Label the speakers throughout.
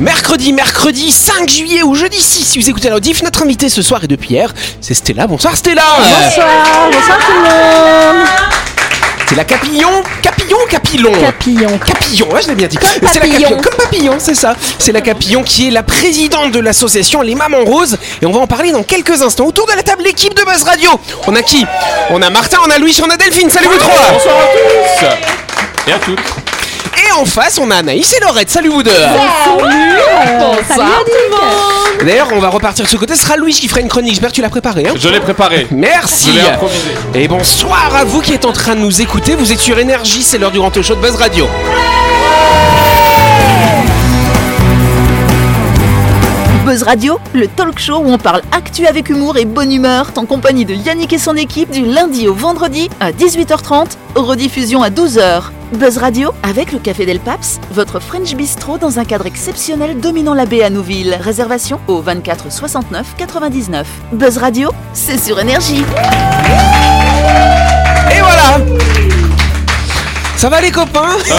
Speaker 1: Mercredi, mercredi 5 juillet ou jeudi 6, si vous écoutez la rediff, notre invité ce soir et depuis hier, c'est Stella. Bonsoir Stella
Speaker 2: Bonsoir, bonsoir tout le monde.
Speaker 1: C'est la Capillon Capillon ou Capillon
Speaker 2: Capillon.
Speaker 1: Capillon, ouais, je l'ai bien dit.
Speaker 2: Comme
Speaker 1: C'est la
Speaker 2: papillon.
Speaker 1: Capillon, comme papillon, c'est ça. C'est la Capillon qui est la présidente de l'association Les Mamans Roses et on va en parler dans quelques instants. Autour de la table, l'équipe de Buzz Radio. On a qui On a Martin, on a Louis, on a Delphine. Salut vous trois
Speaker 3: Bonsoir à tous et à toutes.
Speaker 1: Et en face, on a Anaïs et Laurette. Salut vous deux
Speaker 2: Salut Yannick.
Speaker 1: D'ailleurs, on va repartir de ce côté. Ce sera Louis qui fera une chronique. J'espère que tu l'as préparée. hein
Speaker 3: Je l'ai préparé. Je
Speaker 1: Merci
Speaker 3: l'ai improvisé.
Speaker 1: Et bonsoir à vous qui êtes en train de nous écouter. Vous êtes sur Énergie, c'est l'heure du grand show de Buzz Radio.
Speaker 4: Buzz Radio, le talk show où on parle actu avec humour et bonne humeur, en compagnie de Yannick et son équipe du lundi au vendredi à 18h30, rediffusion à 12h. Buzz Radio, avec le Café Del Paps, votre French Bistro dans un cadre exceptionnel dominant la baie à Nouville. Réservation au 24 69 99. Buzz Radio, c'est sur énergie.
Speaker 1: Et voilà ça va les copains
Speaker 3: Ah,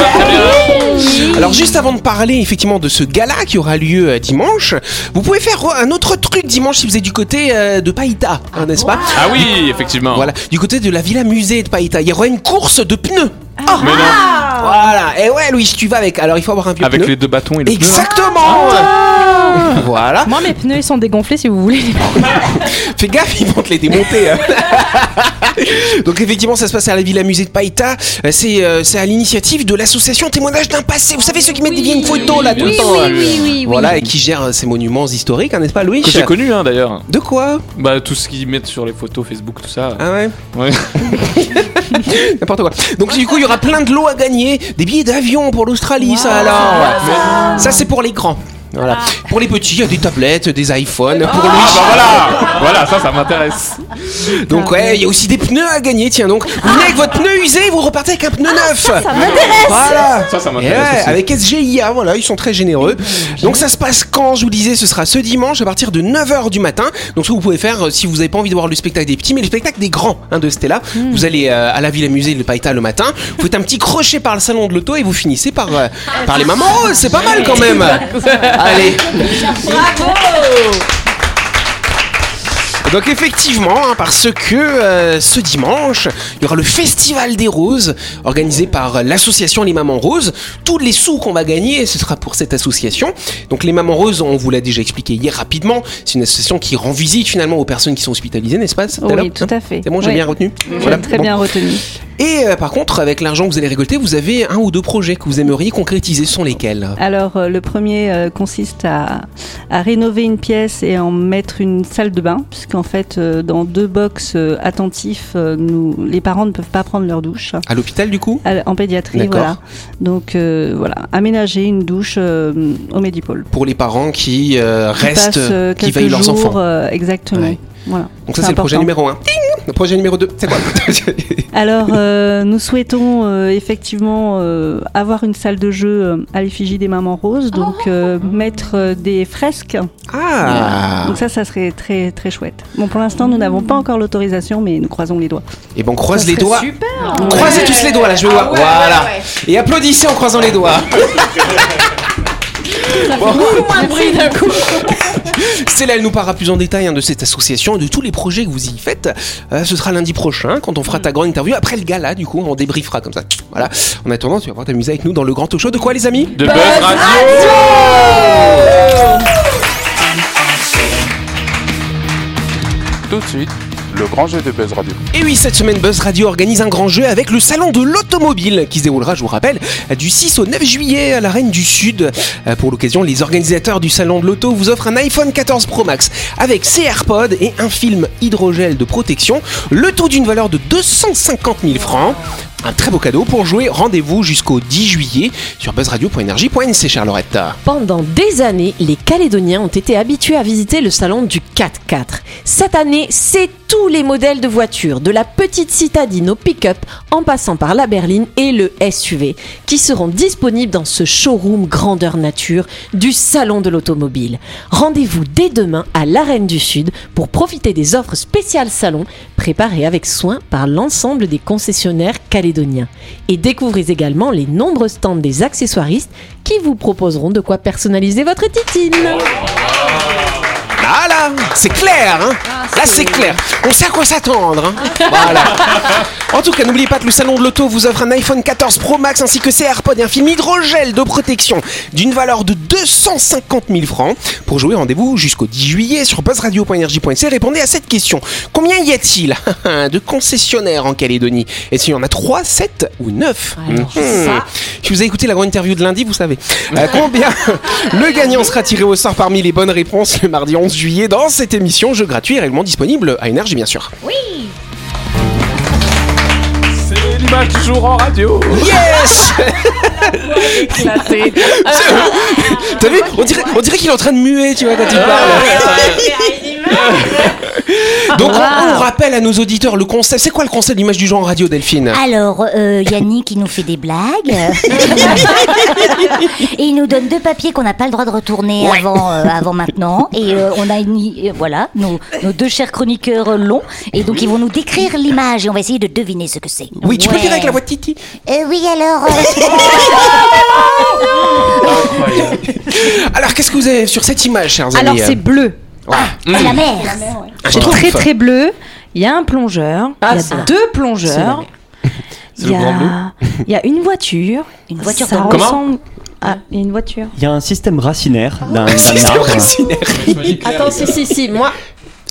Speaker 1: Alors juste avant de parler effectivement de ce gala qui aura lieu euh, dimanche, vous pouvez faire euh, un autre truc dimanche si vous êtes du côté euh, de Païta, hein, n'est-ce pas
Speaker 3: Ah oui, effectivement.
Speaker 1: Voilà, du côté de la Villa Musée de Païta, il y aura une course de pneus.
Speaker 3: Mais non,
Speaker 1: Voilà, et ouais Louis, tu vas avec. Alors il faut avoir un vieux
Speaker 3: avec
Speaker 1: pneu.
Speaker 3: les deux bâtons et Ah. le pneu. hein,
Speaker 1: Exactement
Speaker 3: Ah.
Speaker 1: Voilà.
Speaker 2: Moi mes pneus ils sont dégonflés si vous voulez.
Speaker 1: Fais gaffe, ils vont te les démonter. hein. Donc effectivement, ça se passe à la Villa Musée de Païta. Euh, C'est euh, c'est à l'initiative de l'association Témoignage d'un passé. Vous savez ceux qui mettent des vieilles photos là tout le temps.
Speaker 3: oui,
Speaker 1: hein.
Speaker 3: oui,
Speaker 1: Voilà, et qui gère euh, ces monuments historiques, hein, n'est-ce pas Louis
Speaker 3: Que j'ai connu hein, d'ailleurs.
Speaker 1: De quoi
Speaker 3: Bah tout ce qu'ils mettent sur les photos Facebook, tout ça.
Speaker 1: Ah ouais
Speaker 3: Ouais.
Speaker 1: N'importe quoi. Donc du coup, il y aura plein de lots à gagner, des billets d'avion pour l'Australie, ça alors.
Speaker 3: Mais-
Speaker 1: Ça c'est pour les grands. Voilà. Pour les petits, il y a des tablettes, des iPhones. Pour
Speaker 3: Ah bah voilà Voilà, ça, ça m'intéresse.
Speaker 1: Donc Ah, ouais, il y a aussi des pneus à gagner, tiens donc. Vous venez avec votre pneu usé, vous repartez avec un pneu neuf. Ah, Ça, m'intéresse. Voilà.
Speaker 3: Ça, ça
Speaker 1: Et
Speaker 3: m'intéresse
Speaker 1: ouais,
Speaker 3: aussi.
Speaker 1: avec SGIA, voilà, ils sont très généreux. Donc ça se passe quand Je vous disais, ce sera ce dimanche à partir de 9h du matin. Donc ce que vous pouvez faire, euh, si vous n'avez pas envie de voir le spectacle des petits, mais le spectacle des grands hein, de Stella, vous allez euh, à la Villa Musée de Païta le matin, vous faites un petit crochet par le salon de l'auto et vous finissez par, euh, par les mamans roses, c'est pas mal quand même. allez. Donc effectivement, hein, parce que euh, ce dimanche, il y aura le Festival des Roses, organisé par l'association Les Mamans Roses. Tous les sous qu'on va gagner, ce sera pour cette association. Donc Les Mamans Roses, on vous l'a déjà expliqué hier rapidement, c'est une association qui rend visite finalement aux personnes qui sont hospitalisées, n'est-ce pas tout à l'heure
Speaker 2: Oui tout à fait.
Speaker 1: C'est bon, j'ai
Speaker 2: Ouais.
Speaker 1: bien retenu
Speaker 2: J'ai
Speaker 1: Voilà,
Speaker 2: très
Speaker 1: bon.
Speaker 2: bien retenu.
Speaker 1: Et euh, par contre, avec l'argent que vous allez récolter, vous avez un ou deux projets que vous aimeriez concrétiser. Ce sont lesquels
Speaker 2: Alors euh, le premier euh, consiste à, à rénover une pièce et à en mettre une salle de bain, puisqu'en fait euh, dans deux box euh, attentifs, euh, nous, les parents ne peuvent pas prendre leur douche.
Speaker 1: À l'hôpital du coup
Speaker 2: À- En pédiatrie,
Speaker 1: D'accord.
Speaker 2: voilà. Donc euh, voilà, aménager une douche euh, au Médipôle.
Speaker 1: Pour les parents qui euh,
Speaker 2: Qui
Speaker 1: restent,
Speaker 2: passe, euh,
Speaker 1: qui
Speaker 2: quelques
Speaker 1: veillent leurs
Speaker 2: jours,
Speaker 1: enfants.
Speaker 2: euh, exactement.
Speaker 1: Ouais.
Speaker 2: Voilà.
Speaker 1: Donc ça c'est le
Speaker 2: important.
Speaker 1: projet numéro 1. Le projet numéro 2, c'est quoi
Speaker 2: Alors, euh, nous souhaitons euh, effectivement euh, avoir une salle de jeu euh, à l'effigie des mamans roses, donc euh, mettre euh, des fresques.
Speaker 1: Ah
Speaker 2: Donc ça, ça serait très très chouette. Bon, pour l'instant, nous n'avons pas encore l'autorisation, mais nous croisons les doigts.
Speaker 1: Et bon, croise
Speaker 2: Ça
Speaker 1: les
Speaker 2: serait
Speaker 1: doigts.
Speaker 2: Super. Ah
Speaker 1: Croisez tous les doigts là, je veux voir. voilà. Et applaudissez en croisant les doigts. Stella, elle nous parlera plus en détail hein, de cette association et de tous les projets que vous y faites. Euh, ce sera lundi prochain, quand on fera ta grande interview. Après le gala, du coup, on débriefera comme ça. Voilà. En attendant, tu vas pouvoir t'amuser avec nous dans le grand talk show. De quoi, les amis
Speaker 3: De Buzz Radio
Speaker 5: Tout de suite, le grand jeu de Buzz Radio.
Speaker 1: Et oui, cette semaine, Buzz Radio organise un grand jeu avec le Salon de l'Automobile qui se déroulera, je vous rappelle, du 6 au 9 juillet à la Reine du Sud. Euh, Pour l'occasion, les organisateurs du Salon de l'Auto vous offrent un iPhone 14 Pro Max avec ses AirPods et un film hydrogel de protection, le tout d'une valeur de 250 000 francs. Un très beau cadeau pour jouer. Rendez-vous jusqu'au 10 juillet sur buzzradio.energie.nc, chère Lorette.
Speaker 6: Pendant des années, les Calédoniens ont été habitués à visiter le salon du 4x4. Cette année, c'est tous les modèles de voitures, de la petite citadine au pick-up, en passant par la berline et le SUV, qui seront disponibles dans ce showroom grandeur nature du salon de l'automobile. Rendez-vous dès demain à l'Arène du Sud pour profiter des offres spéciales salon, préparées avec soin par l'ensemble des concessionnaires calédoniens. Calédoniens. Et découvrez également les nombreux stands des accessoiristes qui vous proposeront de quoi personnaliser votre titine.
Speaker 1: Oh, Ah là, c'est clair, hein Là, c'est clair. On sait à quoi s'attendre. hein. voilà. En tout cas, n'oubliez pas que le salon de l'auto vous offre un iPhone 14 Pro Max ainsi que ses AirPods et un film hydrogel de protection d'une valeur de 250 000 francs. Pour jouer, rendez-vous jusqu'au 10 juillet sur buzzradio.energie.nc. Répondez à cette question. Combien y a-t-il de concessionnaires en Calédonie Et s'il y en a 3, 7 ou 9
Speaker 6: Alors, ça.
Speaker 1: Si vous avez écouté la grande interview de lundi, vous savez. Euh, combien Le gagnant sera tiré au sort parmi les bonnes réponses le mardi 11 juillet dans cette émission jeu gratuit et réellement disponible à Énergie bien sûr.
Speaker 3: C'est l'image du jour en radio.
Speaker 1: Yes C'est- T'as vu On dirait, on dirait qu'il est en train de muer, tu vois, quand il parle. Donc on, on rappelle à nos auditeurs le concept. C'est quoi le concept d'image du genre en radio, Delphine
Speaker 7: Alors, euh, Yannick, il nous fait des blagues. et il nous donne deux papiers qu'on n'a pas le droit de retourner avant, euh, avant maintenant. Et euh, on a une, euh, voilà, nos, nos deux chers chroniqueurs euh, longs. Et donc, ils vont nous décrire l'image et on va essayer de deviner ce que c'est.
Speaker 1: Oui, tu peux le dire avec la
Speaker 7: Ouais.
Speaker 1: voix de Titi.
Speaker 7: Euh, oui, alors. euh,
Speaker 1: Alors qu'est-ce que vous avez sur cette image, chers
Speaker 8: Alors
Speaker 1: amis Ah.
Speaker 8: c'est bleu,
Speaker 7: c'est la mer.
Speaker 1: J'ai trop
Speaker 8: très
Speaker 1: faim.
Speaker 8: très bleu. Il y a un plongeur,
Speaker 1: Ah,
Speaker 8: il y a deux plongeurs.
Speaker 3: C'est le grand bleu.
Speaker 8: Il y a une voiture.
Speaker 7: Une voiture
Speaker 8: Ça
Speaker 7: de
Speaker 3: Comment
Speaker 8: ressemble à il y a une voiture.
Speaker 9: Il y a un système racinaire d'un d'un
Speaker 1: Système
Speaker 9: arbre.
Speaker 1: racinaire.
Speaker 6: Attends, si, si, si, moi,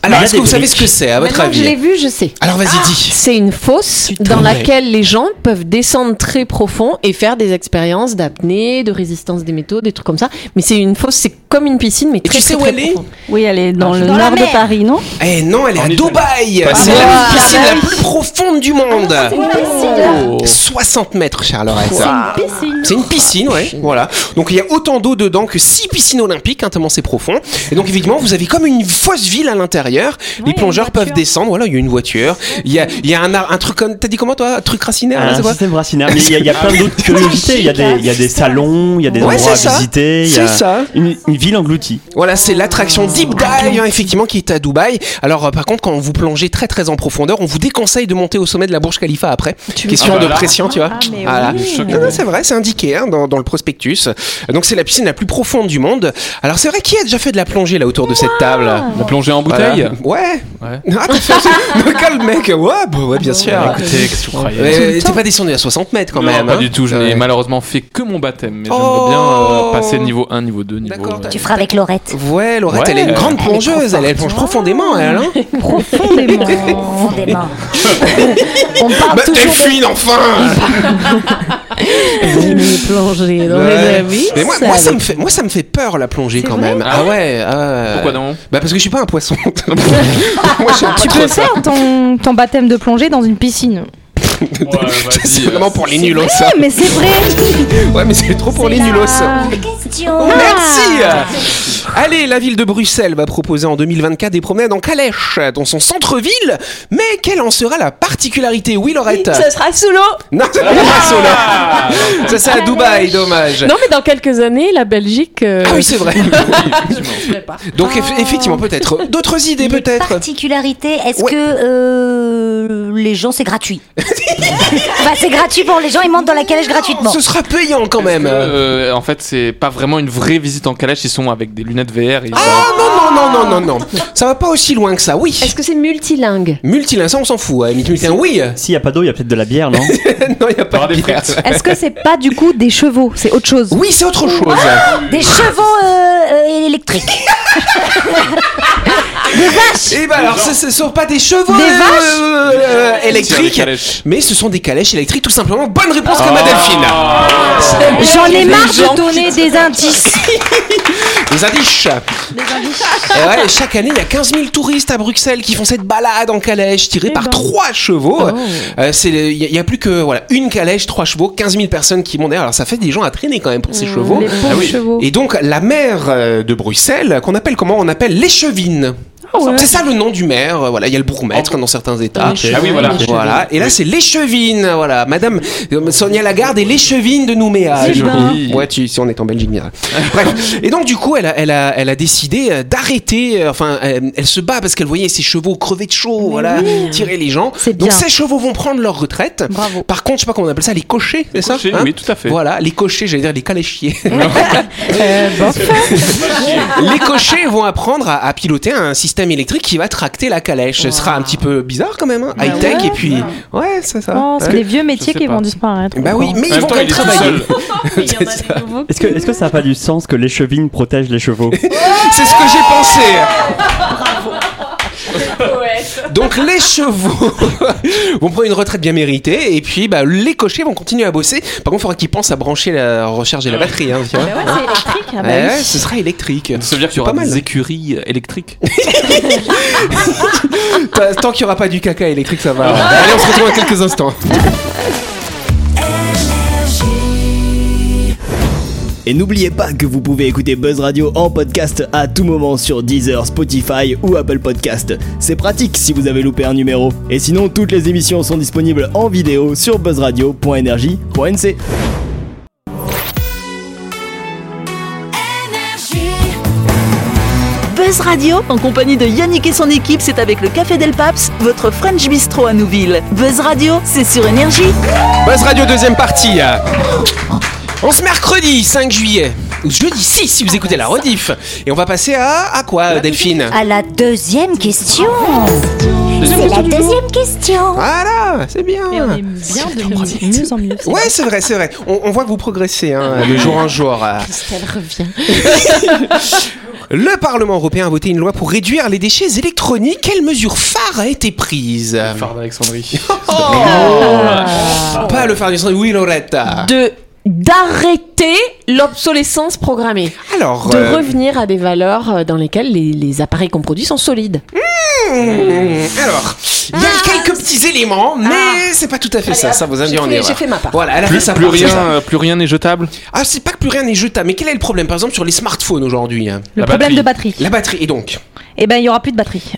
Speaker 1: Alors
Speaker 9: Il y a
Speaker 1: est-ce
Speaker 9: des
Speaker 1: que vous savez
Speaker 9: briques.
Speaker 1: ce que c'est à votre
Speaker 6: maintenant que je l'ai
Speaker 1: avis
Speaker 6: vu, je sais.
Speaker 1: Alors vas-y dis.
Speaker 6: C'est une fosse dans
Speaker 1: Ouais.
Speaker 6: laquelle les gens peuvent descendre très profond et faire des expériences d'apnée, de résistance des métaux, des trucs comme ça. Mais c'est une fosse, c'est comme une piscine, mais très,
Speaker 1: tu sais
Speaker 6: très,
Speaker 1: où
Speaker 6: très
Speaker 1: elle est
Speaker 6: profonde.
Speaker 2: Oui, elle est dans le
Speaker 8: Dans la
Speaker 2: nord de
Speaker 8: mer.
Speaker 2: Paris, non
Speaker 1: Eh non, elle est
Speaker 3: En
Speaker 1: à
Speaker 3: Italie.
Speaker 1: Dubaï.
Speaker 3: Ah
Speaker 1: C'est
Speaker 3: bon
Speaker 1: la piscine la plus profonde du monde.
Speaker 3: Oh.
Speaker 1: 60 mètres, Charleroi. C'est une piscine, ouais. Voilà. Donc il y a autant d'eau dedans que 6 piscines olympiques, hein, tellement c'est profond. Et donc évidemment, vous avez comme une fausse ville à l'intérieur. Les
Speaker 8: une
Speaker 1: plongeurs
Speaker 8: voiture.
Speaker 1: peuvent descendre. Voilà, il y a une voiture. Il y a, il y a un, ar- un truc comme. T'as dit comment toi Un truc racinaire là,
Speaker 9: Un
Speaker 1: Ah, c'est quoi
Speaker 9: système racinaire. Mais il y a, il y a plein d'autres curiosités. Il y, a des- il y a des salons, il y a des
Speaker 1: Ouais,
Speaker 9: endroits à
Speaker 1: c'est ça.
Speaker 9: visiter. il y
Speaker 1: C'est
Speaker 9: a
Speaker 1: ça.
Speaker 9: Une, une ville engloutie.
Speaker 1: Voilà, c'est l'attraction Deep Dive, hein, effectivement, qui est à Dubaï. Alors, euh, par contre, quand vous plongez très très en profondeur, on vous déconseille de monter au sommet de la Burj Khalifa après. Question
Speaker 3: Ah,
Speaker 1: de
Speaker 3: voilà.
Speaker 1: pression, tu vois.
Speaker 8: mais
Speaker 1: Voilà.
Speaker 3: oui.
Speaker 1: Non, non, c'est vrai, c'est indiqué hein, dans, dans le prospectus. Donc, c'est la piscine la plus profonde du monde. Alors, c'est vrai, qui a déjà fait de la plongée là autour de cette table
Speaker 3: La plongée en
Speaker 1: Voilà.
Speaker 3: bouteille.
Speaker 1: Ouais.
Speaker 3: Ouais.
Speaker 1: Ah, t'as fait Non, calme, mec. Ouais, bah, ouais, bien sûr.
Speaker 3: Écoutez, qu'est-ce que vous croyez
Speaker 1: Mais euh, t'es pas descendu à 60 mètres quand
Speaker 3: Non,
Speaker 1: même.
Speaker 3: Pas
Speaker 1: hein.
Speaker 3: du tout, je n'ai
Speaker 1: Ouais.
Speaker 3: malheureusement fait que mon baptême, mais
Speaker 1: Oh.
Speaker 3: j'aimerais bien euh, passer niveau 1, niveau 2, niveau.
Speaker 1: D'accord, t'as-
Speaker 7: Tu feras avec Laurette.
Speaker 1: Ouais, Laurette, elle est une
Speaker 3: Ouais.
Speaker 1: grande
Speaker 7: Elle est
Speaker 1: plongeuse. Elle, elle plonge profondément, elle. Hein
Speaker 8: Profondément.
Speaker 7: Profondément.
Speaker 6: On parle
Speaker 1: bah,
Speaker 6: toujours de
Speaker 1: Delphine, enfin
Speaker 6: plonger dans
Speaker 1: Ouais.
Speaker 6: les abysses.
Speaker 1: Mais moi, moi, ça me fait, moi, ça me fait peur la plongée quand même. Ah ouais. euh,
Speaker 3: Pourquoi non
Speaker 1: Bah parce que je suis pas un poisson. moi, j'aime pas
Speaker 8: Tu
Speaker 1: trop
Speaker 8: peux
Speaker 1: ça.
Speaker 8: faire ton, ton baptême de plongée dans une piscine.
Speaker 1: C'est vraiment pour les nulos ça.
Speaker 8: Mais c'est vrai.
Speaker 1: Ouais, mais c'est trop pour les nulos. ça.
Speaker 7: Question.
Speaker 1: Oh, merci Allez, la ville de Bruxelles va proposer en 2024 des promenades en calèche dans son centre-ville. Mais quelle en sera la particularité Oui, Laurette
Speaker 6: Ça sera sous l'eau.
Speaker 1: Non, c'est pas ça,
Speaker 3: Ah,
Speaker 1: là. Ça, c'est à Dubaï, dommage.
Speaker 6: Non, mais dans quelques années, la Belgique. euh,
Speaker 1: Ah oui, c'est vrai. Donc, eff- effectivement, peut-être. D'autres idées, peut-être
Speaker 7: Particularité, est-ce
Speaker 1: Ouais.
Speaker 7: que euh, les gens, c'est gratuit Bah, c'est gratuit pour les gens, ils montent dans la calèche gratuitement.
Speaker 1: Ce sera payant quand même.
Speaker 3: Euh, en fait, c'est pas vraiment une vraie visite en calèche, ils sont avec des lunettes VR. et ils
Speaker 1: Ah non, non, non, non, non, non. Ah. Ça va pas aussi loin que ça, oui.
Speaker 6: Est-ce que c'est multilingue
Speaker 1: Multilingue, ça on s'en fout. hein. Multilingue, oui.
Speaker 9: S'il n'y a pas d'eau, il y a peut-être de la bière, non
Speaker 1: non, il a pas
Speaker 3: Par
Speaker 1: de
Speaker 3: des
Speaker 1: bière.
Speaker 3: frites.
Speaker 8: Est-ce que c'est pas du coup des chevaux C'est autre chose.
Speaker 1: Oui, c'est autre chose.
Speaker 7: Des chevaux euh, euh, électriques.
Speaker 1: Et bah alors, ce ne sont pas des chevaux
Speaker 8: Des
Speaker 1: euh,
Speaker 8: vaches
Speaker 1: euh, euh, électriques,
Speaker 3: tirent des calèches.
Speaker 1: mais ce sont des calèches électriques, tout simplement. Bonne réponse comme à
Speaker 3: Ah.
Speaker 1: Delphine.
Speaker 8: J'en ai marre
Speaker 1: gens
Speaker 8: de donner des indices.
Speaker 1: Des indices. Et ouais, chaque année, il y a 15 000 touristes à Bruxelles qui font cette balade en calèche, tirée par trois chevaux. Euh, c'est le- Il n'y a, plus que voilà une calèche, trois chevaux, 15 000 personnes qui montent. derrière. Alors ça fait des gens à traîner quand même pour ces chevaux.
Speaker 8: Les pauvres chevaux.
Speaker 1: Et donc la maire euh, de Bruxelles, qu'on appelle comment On appelle l'échevine.
Speaker 8: Ah ouais.
Speaker 1: C'est ça le nom du maire. euh, Voilà, il y a le bourgmestre dans certains États.
Speaker 9: Ok.
Speaker 3: Ah oui, voilà.
Speaker 1: Voilà. Et là, c'est l'échevine. Voilà, Madame euh, Sonia Lagarde est l'échevine de Nouméa.
Speaker 8: C'est
Speaker 1: Du
Speaker 8: joli.
Speaker 1: coup, Ouais, tu, si on est en Belgique, bien. Bref. Et donc, du coup, elle a, elle a, elle a décidé euh, d'arrêter. euh, Enfin, euh, elle se bat parce qu'elle voyait ses chevaux crever de chaud. voilà, tirer les gens.
Speaker 8: C'est
Speaker 1: Donc,
Speaker 8: bien.
Speaker 1: ces chevaux vont prendre leur retraite.
Speaker 8: Bravo.
Speaker 1: Par contre, je sais pas comment on appelle ça, les cochers, c'est ça
Speaker 3: Cocher,
Speaker 1: Hein
Speaker 3: Oui, tout à fait.
Speaker 1: Voilà, les cochers, j'allais dire les caléchiers.
Speaker 8: Euh, bon.
Speaker 1: les cochers vont apprendre à, à piloter un système électrique qui va tracter la calèche. Ce sera un petit peu bizarre quand même, hein,
Speaker 8: Bah
Speaker 1: high tech
Speaker 8: ouais.
Speaker 1: et puis ouais, c'est ça.
Speaker 8: Oh, c'est
Speaker 1: Ouais.
Speaker 8: des vieux métiers
Speaker 3: sais
Speaker 8: qui
Speaker 3: pas.
Speaker 8: vont disparaître.
Speaker 1: Bah oui, mais
Speaker 3: En
Speaker 1: ils
Speaker 3: même
Speaker 1: vont
Speaker 3: temps,
Speaker 1: quand même
Speaker 3: il est tout
Speaker 1: travailler.
Speaker 3: seul.
Speaker 1: C'est ça.
Speaker 9: Est-ce que, est-ce que ça n'a pas du sens que l'échevine protège les chevaux
Speaker 1: C'est ce que j'ai pensé. Donc les chevaux vont prendre une retraite bien méritée et puis bah, les cochers vont continuer à bosser. Par contre, il faudra qu'ils pensent à brancher la recharger la batterie. Hein, tu vois.
Speaker 8: Bah ouais, c'est électrique. Ah bah
Speaker 1: Ouais,
Speaker 8: oui.
Speaker 1: ce sera électrique.
Speaker 3: Ça veut dire qu'il y
Speaker 1: C'est
Speaker 3: aura
Speaker 1: pas mal.
Speaker 3: des écuries électriques.
Speaker 1: Bah, Tant- Tant qu'il n'y aura pas du caca électrique, ça va. Allez, on se retrouve dans quelques instants.
Speaker 10: Et n'oubliez pas que vous pouvez écouter Buzz Radio en podcast à tout moment sur Deezer, Spotify ou Apple Podcast. C'est pratique si vous avez loupé un numéro. Et sinon, toutes les émissions sont disponibles en vidéo sur buzzradio.energie.nc.
Speaker 4: Buzz Radio, en compagnie de Yannick et son équipe, c'est avec le Café Del Paps, votre French Bistro à Nouville. Buzz Radio, c'est sur Énergie.
Speaker 1: Buzz Radio deuxième partie. On se mercredi 5 juillet. Ou jeudi 6 si vous écoutez la rediff. Et on va passer à, à quoi Delphine
Speaker 7: À la deuxième question. C'est la deuxième question.
Speaker 1: Voilà, c'est bien.
Speaker 8: Et on est bien de mieux, mieux en mieux. c'est
Speaker 1: Ouais, c'est vrai, c'est vrai. On, on voit que vous progressez hein, de jour en jour.
Speaker 6: Christelle revient.
Speaker 1: Le Parlement européen a voté une loi pour réduire les déchets électroniques. Quelle mesure phare a été prise
Speaker 3: Phare d'Alexandrie.
Speaker 1: Pas le phare du sang, oui, Loretta.
Speaker 6: De d'arrêter l'obsolescence programmée,
Speaker 1: Alors,
Speaker 6: de
Speaker 1: euh,
Speaker 6: revenir à des valeurs euh, dans lesquelles les, les appareils qu'on produit sont solides.
Speaker 1: Mmh, Alors, il y a quelques petits éléments, mais c'est pas tout à fait ça. ça vous a
Speaker 6: j'ai
Speaker 1: mis en
Speaker 6: fait-
Speaker 1: erreur.
Speaker 6: j'ai fait ma part.
Speaker 1: Voilà, elle a fait
Speaker 3: Plus,
Speaker 1: sa
Speaker 3: plus
Speaker 1: part, c'est
Speaker 3: rien,
Speaker 1: ça.
Speaker 3: euh, plus rien n'est jetable.
Speaker 1: Ah, c'est pas que plus rien n'est jetable, mais quel est le problème, par exemple, sur les smartphones aujourd'hui hein
Speaker 8: Le
Speaker 3: La
Speaker 8: problème de batterie.
Speaker 1: La batterie, et donc
Speaker 8: Eh ben, il y aura plus de batterie.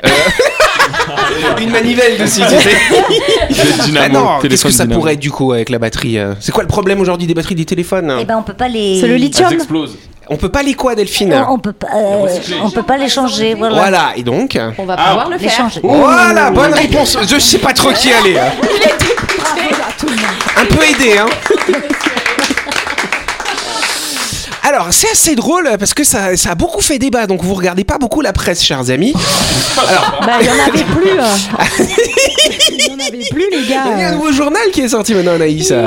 Speaker 1: Une manivelle dessus, tu sais. Ah
Speaker 3: Dynamo,
Speaker 1: non, qu'est-ce
Speaker 3: téléphone
Speaker 1: que ça
Speaker 3: dynamo.
Speaker 1: pourrait être du coup avec la batterie euh C'est quoi le problème aujourd'hui des batteries des téléphones
Speaker 7: Eh ben, on peut pas les.
Speaker 8: C'est le lithium.
Speaker 3: Elles explosent.
Speaker 1: On peut pas les quoi, Delphine
Speaker 7: Non, on peut pas, euh, on peut pas les changer. Voilà.
Speaker 1: Voilà, et donc
Speaker 3: Ah,
Speaker 6: On va pouvoir le
Speaker 7: Les
Speaker 6: faire.
Speaker 7: changer.
Speaker 1: Voilà, bonne réponse. Je sais pas trop qui aller. hein. Un peu aidé, hein. Alors, c'est assez drôle parce que ça, ça a beaucoup fait débat, donc vous regardez pas beaucoup la presse, chers amis.
Speaker 8: Bah, il y en avait plus. euh. Il y en avait plus, les
Speaker 1: Il y a un
Speaker 8: gars.
Speaker 1: nouveau journal qui est sorti maintenant, Anaïs. Mais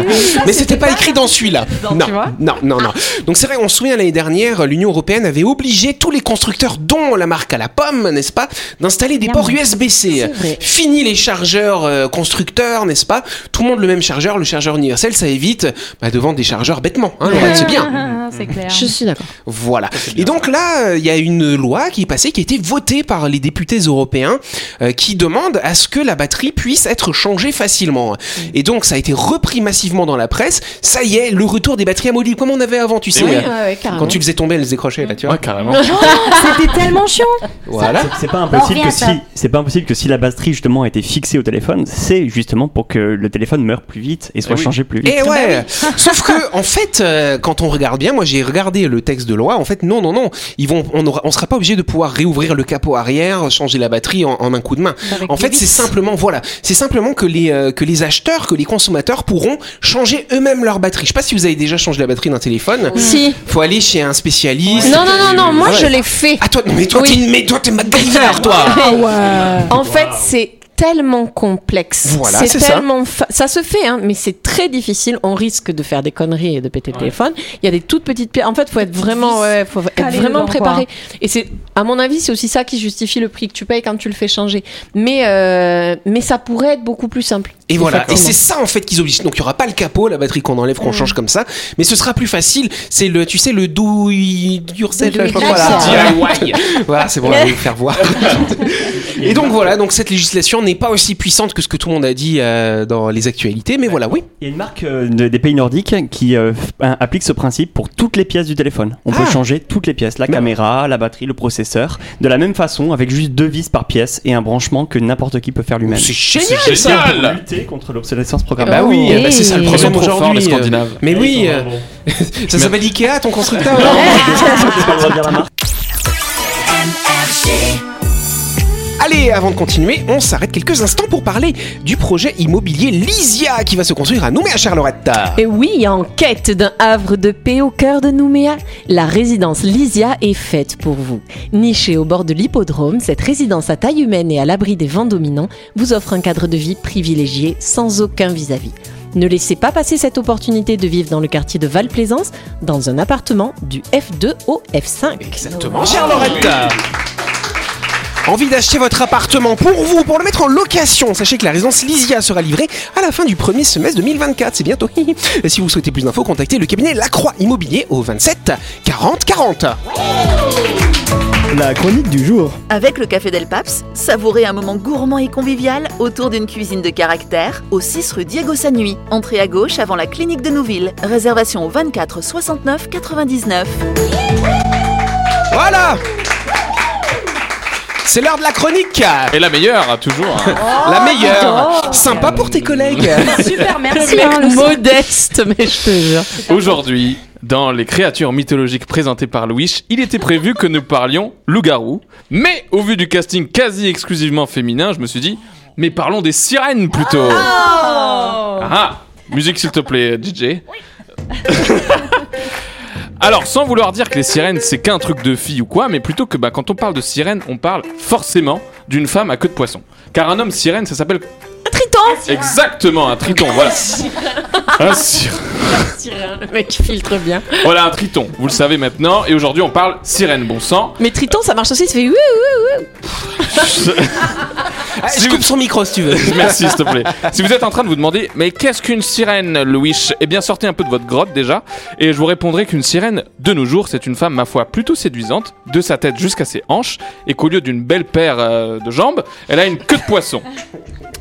Speaker 1: Ah. c'était pas écrit dans celui-là. Non,
Speaker 8: tu vois
Speaker 1: non, non, non. Donc c'est vrai, on se souvient l'année dernière, l'Union européenne avait obligé tous les constructeurs, dont la marque à la pomme, n'est-ce pas, d'installer des ports USB-C. Fini les chargeurs euh, constructeurs, n'est-ce pas Tout le monde le même chargeur, le chargeur universel, ça évite bah, de vendre des chargeurs bêtement. Hein, Laurent, c'est bien.
Speaker 8: Ah, C'est clair.
Speaker 6: Je suis d'accord.
Speaker 1: Voilà. Et donc là, euh, il y a une loi qui est passée, qui a été votée par les députés européens, euh, qui demande à ce que la batterie puisse être changée
Speaker 3: Mm.
Speaker 1: facilement. Et donc ça a été repris massivement dans la presse. Ça y est, le retour des batteries amovibles, comme on avait avant, tu sais.
Speaker 3: oui,
Speaker 1: euh,
Speaker 6: Ouais, ouais, carrément.
Speaker 1: Quand tu faisais tomber, elles se décrochaient, là, tu vois.
Speaker 3: Ouais, carrément.
Speaker 1: Mmh.
Speaker 8: C'était Ah, tellement chiant.
Speaker 1: Voilà.
Speaker 9: C'est- C'est pas
Speaker 7: On
Speaker 9: impossible
Speaker 7: revient
Speaker 9: que
Speaker 7: à ça.
Speaker 9: si c'est pas impossible que si la batterie justement a été fixée au téléphone, c'est justement pour que le téléphone meure plus vite et soit
Speaker 3: Eh oui.
Speaker 9: changé plus vite.
Speaker 1: Et ouais. Sauf que en fait, euh, quand on regarde bien, moi j'ai regardé le texte de loi. En fait, non, non, non, ils vont, on, aura- on sera pas obligé de pouvoir réouvrir le capot arrière, changer la batterie en, en un coup de main.
Speaker 8: Avec
Speaker 1: En
Speaker 8: les
Speaker 1: fait, c'est
Speaker 8: vis.
Speaker 1: simplement voilà, c'est simplement que les euh, que les acheteurs, que les consommateurs pourront changer eux-mêmes leur batterie. Je sais pas si vous avez déjà changé la batterie d'un téléphone.
Speaker 6: Si.
Speaker 1: Faut aller chez un spécialiste.
Speaker 6: Non, non, non, non, moi
Speaker 1: Ouais.
Speaker 6: je l'ai fait.
Speaker 1: Ah toi, non, mais toi,
Speaker 6: Oui.
Speaker 1: t'es une- mais toi t'es MacGyver, toi.
Speaker 8: Ah
Speaker 6: En fait, c'est tellement complexe.
Speaker 1: Voilà, c'est
Speaker 6: c'est
Speaker 1: ça.
Speaker 6: tellement fa- ça se fait hein, mais c'est très difficile, on risque de faire des conneries et de péter le téléphone. Il y a des toutes petites pierres. En fait, faut être vraiment ouais, faut être
Speaker 8: Caler dedans,
Speaker 6: vraiment
Speaker 8: quoi.
Speaker 6: préparé. Et c'est à mon avis, c'est aussi ça qui justifie le prix que tu payes quand tu le fais changer. Mais euh, mais ça pourrait être beaucoup plus simple.
Speaker 1: Et voilà, et
Speaker 3: D'accord.
Speaker 1: c'est ça en fait qu'ils obligent. Donc il y aura pas le capot, la batterie qu'on enlève, qu'on change comme ça, mais ce sera plus facile. C'est le, tu sais, le do it yourself,
Speaker 3: Do
Speaker 1: là,
Speaker 3: it
Speaker 1: je sais pas quoi, là.
Speaker 3: yourself.
Speaker 1: voilà, c'est bon, je vais vous faire voir. et donc voilà, donc cette législation n'est pas aussi puissante que ce que tout le monde a dit euh, dans les actualités, mais voilà, oui.
Speaker 9: Il y a une marque euh, de- des pays nordiques qui euh, f- un- applique ce principe pour toutes les pièces du téléphone. On peut
Speaker 1: Ah.
Speaker 9: changer toutes les pièces, la caméra, la batterie, le processeur, de la même façon avec juste deux vis par pièce et un branchement que n'importe qui peut faire lui-même.
Speaker 1: C'est génial,
Speaker 9: C'est
Speaker 1: ça
Speaker 9: pour lutter contre l'obsolescence
Speaker 1: bah
Speaker 9: programmée. Ah
Speaker 1: oui, bah c'est ça le
Speaker 3: Ils sont
Speaker 1: problème
Speaker 3: trop forts,
Speaker 1: aujourd'hui. euh,
Speaker 3: les Scandinaves.
Speaker 1: Mais oui, Eh euh, ça s'appelle Ikea, ton constructeur. non Allez, avant de continuer, on s'arrête quelques instants pour parler du projet immobilier Lysia qui va se construire à Nouméa Charleroi.
Speaker 6: Et oui, en quête d'un havre de paix au cœur de Nouméa, la résidence Lysia est faite pour vous. Nichée au bord de l'hippodrome, cette résidence à taille humaine et à l'abri des vents dominants vous offre un cadre de vie privilégié sans aucun vis-à-vis. Ne laissez pas passer cette opportunité de vivre dans le quartier de Val-Plaisance, dans un appartement du F2 au F5.
Speaker 1: Exactement, chère Loretta. Envie d'acheter votre appartement pour vous, pour le mettre en location Sachez que la résidence Lysia sera livrée à la fin du premier semestre 2024, c'est bientôt. Et si vous souhaitez plus d'infos, contactez le cabinet Lacroix Immobilier au 27 40 40.
Speaker 10: La chronique du jour.
Speaker 4: Avec le Café Del Paps, savourez un moment gourmand et convivial autour d'une cuisine de caractère au 6 rue Diego Sanui. Entrée à gauche avant la clinique de Nouville. Réservation au 24 69 99.
Speaker 1: Voilà C'est l'heure de la chronique
Speaker 3: Et la meilleure, toujours. hein. Oh,
Speaker 1: La meilleure Sympa pour tes collègues
Speaker 6: Super,
Speaker 3: merci,
Speaker 6: Le mec
Speaker 3: hein, le-
Speaker 6: modeste, mais je te jure.
Speaker 3: Aujourd'hui, dans les créatures mythologiques présentées par Louis, il était prévu que nous parlions loup-garou. Mais au vu du casting quasi exclusivement féminin, je me suis dit, mais parlons des sirènes plutôt. Ah, musique s'il te plaît, DJ. Alors, sans vouloir dire que les sirènes c'est qu'un truc de fille ou quoi, mais plutôt que bah, quand on parle de sirène, on parle forcément d'une femme à queue de poisson. Car un homme sirène, ça s'appelle
Speaker 6: Un triton
Speaker 3: exactement un triton, voilà. Un sirène.
Speaker 6: Le mec filtre bien.
Speaker 3: Voilà un triton, vous le savez maintenant, et aujourd'hui on parle sirène bon sang.
Speaker 6: Mais triton, ça marche aussi, ça fait ouh ouh ouh.
Speaker 1: Je coupe son micro si tu veux.
Speaker 3: Merci s'il te plaît. Si vous êtes en train de vous demander, mais qu'est-ce qu'une sirène, Louis Eh bien sortez un peu de votre grotte déjà, et je vous répondrai qu'une sirène, de nos jours, c'est une femme, ma foi, plutôt séduisante, de sa tête jusqu'à ses hanches, et qu'au lieu d'une belle paire euh, de jambes, elle a une queue de poisson.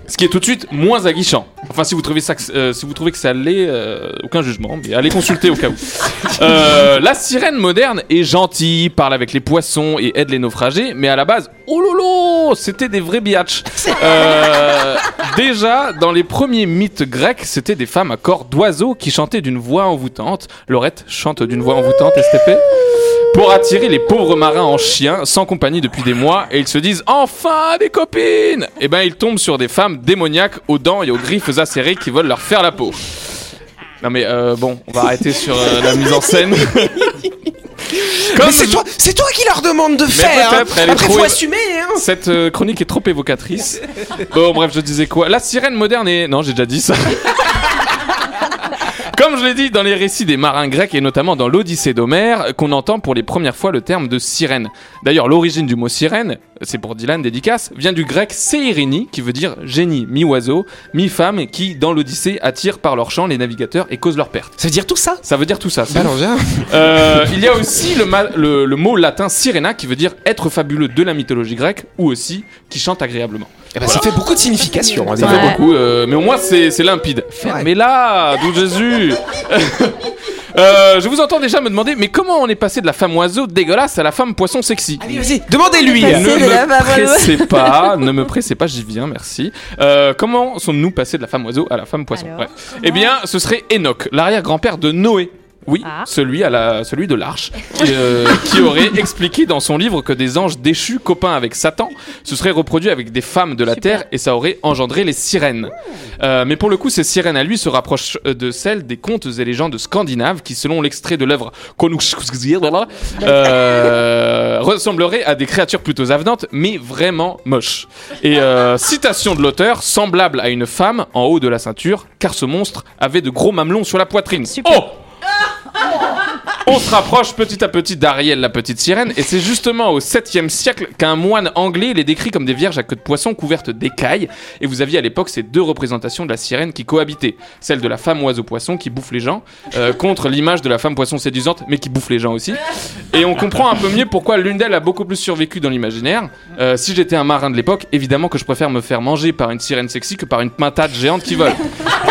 Speaker 3: Ce qui est tout de suite moins aguichant. Enfin, si vous trouvez, ça, que- euh, si vous trouvez que ça l'est, euh, aucun jugement, mais allez consulter au cas où. Euh, la sirène moderne est gentille, parle avec les poissons et aide les naufragés, mais à la base, oh lolo, c'était des vrais biatchs. Euh, déjà, dans les premiers mythes grecs, c'était des femmes à corps d'oiseau qui chantaient d'une voix envoûtante. Laurette chante d'une voix envoûtante, STP pour attirer les pauvres marins en chien, sans compagnie depuis des mois, et ils se disent enfin des copines Et ben ils tombent sur des femmes démoniaques aux dents et aux griffes acérées qui veulent leur faire la peau. Non mais euh, bon, on va arrêter sur euh, la mise en scène.
Speaker 1: Mais c'est toi, c'est toi qui leur demande de
Speaker 3: Mais
Speaker 1: faire hein.
Speaker 3: peut-être, elle est
Speaker 1: Après,
Speaker 3: trop-
Speaker 1: faut assumer hein.
Speaker 3: Cette euh, chronique est trop évocatrice. Bon, bref, je disais quoi La sirène moderne est. Non, j'ai déjà dit ça. Comme je l'ai dit dans les récits des marins grecs et notamment dans l'Odyssée d'Homère, qu'on entend pour les premières fois le terme de sirène. D'ailleurs, l'origine du mot sirène, c'est pour Dylan dédicace, vient du grec seirini, qui veut dire génie, mi-oiseau, mi-femme, qui, dans l'Odyssée, attire par leur chant les navigateurs et cause leur perte.
Speaker 1: Ça veut dire tout ça
Speaker 3: Ça veut dire tout ça. c'est
Speaker 1: Bah,
Speaker 3: bon.
Speaker 1: alors, viens.
Speaker 3: Euh, il y a aussi le, ma- le- le mot latin sirena qui veut dire être fabuleux de la mythologie grecque ou aussi qui chante agréablement.
Speaker 1: Eh ben, ça fait beaucoup de signification. hein,
Speaker 3: Ça
Speaker 1: déjà.
Speaker 3: fait beaucoup, euh, mais au moins c'est c'est limpide. Mais là, d'où Jésus Euh, Je vous entends déjà me demander, mais comment on est passé de la femme oiseau dégueulasse à la femme poisson sexy
Speaker 1: Allez, vas-y, demandez-lui.
Speaker 3: ne me pressez pas, ne me pressez pas, j'y viens, merci. Euh, comment sommes-nous passés de la femme oiseau à la femme poisson Bref. Eh bien, ce serait Enoch, l'arrière-grand-père de Noé. Oui, celui, à la, celui de l'arche, euh, qui aurait expliqué dans son livre que des anges déchus, copains avec Satan, se seraient reproduits avec des femmes de la terre et ça aurait engendré les sirènes. Euh, mais pour le coup, ces sirènes à lui se rapprochent euh, de celles des contes et légendes scandinaves qui, selon l'extrait de l'œuvre Konungskuzir, voilà, euh, ressembleraient à des créatures plutôt avenantes, mais vraiment moches. Et euh, citation de l'auteur, semblable à une femme en haut de la ceinture, car ce monstre avait de gros mamelons sur la poitrine. Oh On se rapproche petit à petit d'Ariel, la petite sirène, et c'est justement au 7e siècle qu'un moine anglais les décrit comme des vierges à queue de poisson couvertes d'écailles. Et vous aviez à l'époque ces deux représentations de la sirène qui cohabitaient celle de la femme oiseau-poisson qui bouffe les gens, euh, contre l'image de la femme poisson séduisante, mais qui bouffe les gens aussi. Et on comprend un peu mieux pourquoi l'une d'elles a beaucoup plus survécu dans l'imaginaire. Euh, si j'étais un marin de l'époque, évidemment que je préfère me faire manger par une sirène sexy que par une pintade géante qui vole.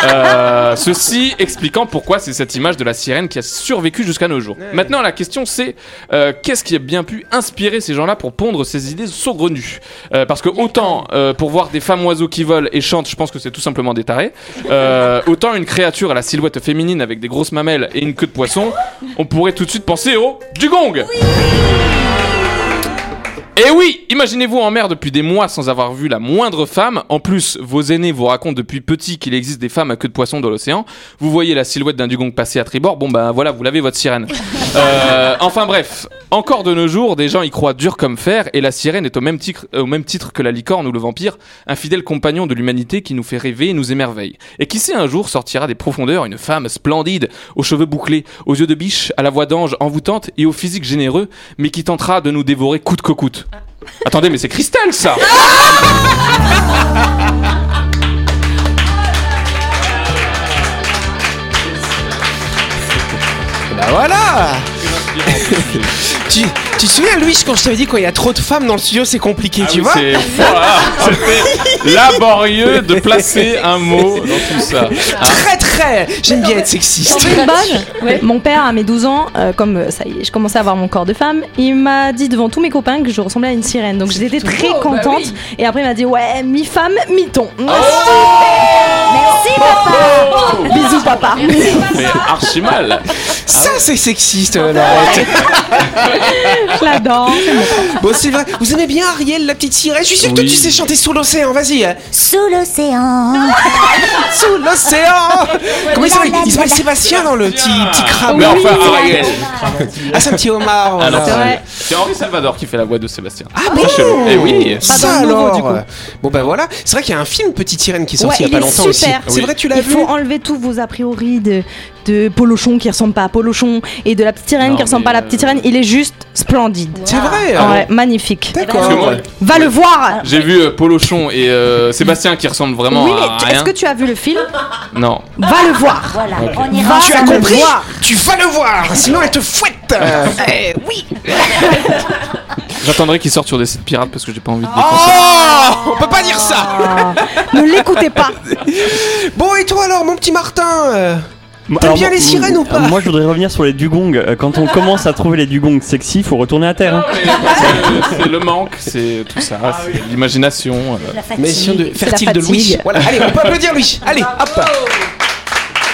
Speaker 3: Euh, ceci expliquant pourquoi c'est cette image de la sirène qui a survécu jusqu'à nos jours. Maintenant, la question c'est euh, qu'est-ce qui a bien pu inspirer ces gens-là pour pondre ces idées saugrenues Euh, Parce que autant euh, pour voir des femmes oiseaux qui volent et chantent, je pense que c'est tout simplement des tarés. Euh, autant une créature à la silhouette féminine avec des grosses mamelles et une queue de poisson, on pourrait tout de suite penser au dugong. Et oui, imaginez-vous en mer depuis des mois sans avoir vu la moindre femme. En plus, vos aînés vous racontent depuis petit qu'il existe des femmes à queue de poisson dans l'océan. Vous voyez la silhouette d'un dugong passer à tribord. Bon bah voilà, vous l'avez votre sirène. Euh, enfin bref, encore de nos jours, des gens y croient dur comme fer et la sirène est au même, titre, euh, au même titre que la licorne ou le vampire, un fidèle compagnon de l'humanité qui nous fait rêver et nous émerveille. Et qui sait un jour sortira des profondeurs une femme splendide, aux cheveux bouclés, aux yeux de biche, à la voix d'ange envoûtante et au physique généreux, mais qui tentera de nous dévorer coûte que coûte. Attendez, mais c'est Christelle ça
Speaker 1: Bah voilà
Speaker 3: Ah
Speaker 1: tu, tu te souviens, Louis, quand je t'avais dit quand il y a trop de femmes dans le studio, c'est compliqué, tu
Speaker 3: Ah oui,
Speaker 1: vois
Speaker 3: c'est- voilà, c'était laborieux de placer un mot dans tout ça. Hein
Speaker 1: Très très J'aime bien être sexiste.
Speaker 8: J'en veux une bonne. Mon père, à mes 12 ans, euh, comme euh, ça y est, je commençais à avoir mon corps de femme, il m'a dit devant tous mes copains que je ressemblais à une sirène. Donc j'étais très contente. Et après, il m'a dit Ouais, mi-femme, mi-ton.
Speaker 7: Merci, papa
Speaker 8: Bisous, Oh. papa.
Speaker 3: Mais archi mal.
Speaker 1: Ça,
Speaker 3: Ah
Speaker 1: c'est sexiste,
Speaker 8: Ah
Speaker 1: euh, Laurette.
Speaker 8: je l'adore.
Speaker 1: Bon, c'est vrai. Vous aimez bien Ariel, la petite sirène Je suis sûr que toi,
Speaker 3: Oui.
Speaker 1: tu sais chanter sous l'océan. Vas-y. hein.
Speaker 7: Sous l'océan
Speaker 1: Sous l'océan Comment il s'appelle
Speaker 7: la,
Speaker 1: Il s'appelle
Speaker 7: la.
Speaker 1: Sébastien dans le petit, petit
Speaker 8: Ah.
Speaker 1: crabe.
Speaker 3: Mais
Speaker 1: là.
Speaker 3: enfin, Ariel.
Speaker 1: Ah, c'est un petit homard.
Speaker 3: Ah non,
Speaker 1: voilà.
Speaker 3: c'est-
Speaker 8: vrai.
Speaker 3: c'est Henri Salvador qui fait la voix de Sébastien.
Speaker 1: Ah bon
Speaker 3: Sachez-le. Eh oui.
Speaker 1: Ça
Speaker 8: Pas dans le nouveau,
Speaker 1: alors
Speaker 8: du coup.
Speaker 1: Bon ben voilà, c'est vrai qu'il y a un film Petite Sirène qui est sorti
Speaker 8: Ouais,
Speaker 1: il y a
Speaker 8: il
Speaker 1: pas
Speaker 8: est
Speaker 1: longtemps aussi.
Speaker 8: super.
Speaker 1: C'est vrai, tu l'as
Speaker 8: Il
Speaker 1: vu
Speaker 8: faut enlever tous vos a priori de, de Polochon qui ressemble pas à Polochon et de la petite sirène
Speaker 3: Non,
Speaker 8: qui ressemble
Speaker 3: mais,
Speaker 8: pas à la petite
Speaker 3: euh,
Speaker 8: sirène. Il est juste splendide.
Speaker 1: C'est vrai
Speaker 8: Ah Ouais, magnifique.
Speaker 1: D'accord.
Speaker 3: Parce que moi,
Speaker 8: Va le voir
Speaker 3: J'ai vu euh, Polochon et euh, Sébastien qui ressemblent vraiment
Speaker 8: Oui,
Speaker 3: à
Speaker 8: mais tu-
Speaker 3: rien.
Speaker 8: est-ce que tu as vu le film
Speaker 3: Non.
Speaker 8: Va le voir
Speaker 7: Voilà, on ira.
Speaker 8: Ah,
Speaker 1: tu as
Speaker 8: ça me
Speaker 1: compris
Speaker 8: voit. Ah.
Speaker 1: Tu vas le voir, sinon elle te fouette Euh,
Speaker 3: J'attendrai qu'il sorte sur des sites pirates parce que j'ai pas envie de dépenser.
Speaker 1: Oh On peut pas dire ça
Speaker 8: Ne l'écoutez pas
Speaker 1: Bon et toi alors mon petit Martin euh,
Speaker 9: Moi-
Speaker 1: T'aimes
Speaker 9: alors,
Speaker 1: bien
Speaker 9: moi- euh,
Speaker 1: les sirènes ou pas
Speaker 9: Moi je voudrais revenir sur les dugongs. Euh, Quand on commence à trouver les dugongs sexy, faut retourner à terre. hein.
Speaker 3: C'est le manque, c'est tout ça,
Speaker 8: Ah
Speaker 3: c'est l'imagination. euh.
Speaker 7: La
Speaker 1: Mais si on
Speaker 7: fatigue.
Speaker 1: de- fertile
Speaker 8: la
Speaker 1: de Louis.
Speaker 8: fatigue.
Speaker 1: Voilà, allez, on peut applaudir Louis. Allez, hop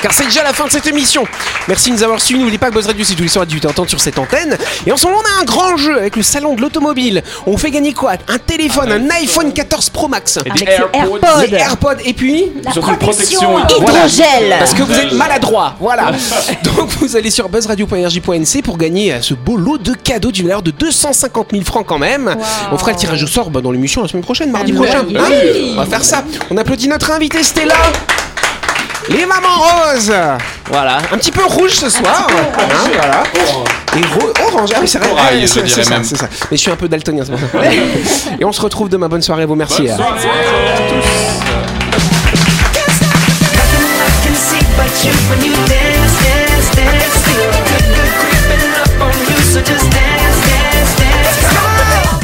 Speaker 1: car c'est déjà la fin de cette émission. Merci de nous avoir suivis. N'oubliez pas que Buzz Radio, c'est tous les soirs à 18h30 sur cette antenne. Et en ce moment, on a un grand jeu avec le salon de l'automobile. On fait gagner quoi Un
Speaker 8: Ah,
Speaker 1: téléphone, un iPhone 14 Pro Max.
Speaker 8: Avec ses AirPods,
Speaker 1: Des AirPods. Et puis,
Speaker 3: Surtout protection. Voilà.
Speaker 8: Hydrogel
Speaker 1: Parce que vous êtes maladroit, voilà. Donc vous allez sur buzzradio.rj.nc pour gagner euh, ce beau lot de cadeaux d'une valeur de 250 000 francs quand même. On fera le tirage au sort bah, dans l'émission la semaine prochaine, mardi prochain. hein. On va faire ça. On applaudit notre invité Stella. Les mamans roses Voilà, un petit peu rouge ce soir. hein, voilà. Et ro- orange, ah oui, c'est vrai.
Speaker 3: Corail,
Speaker 1: Ah,
Speaker 3: je
Speaker 1: c'est-
Speaker 3: dirais
Speaker 1: c'est ça,
Speaker 3: même.
Speaker 1: c'est ça. Mais je suis un peu daltonien ce matin. Et on se retrouve demain. Bonne soirée, à vous merci. hein.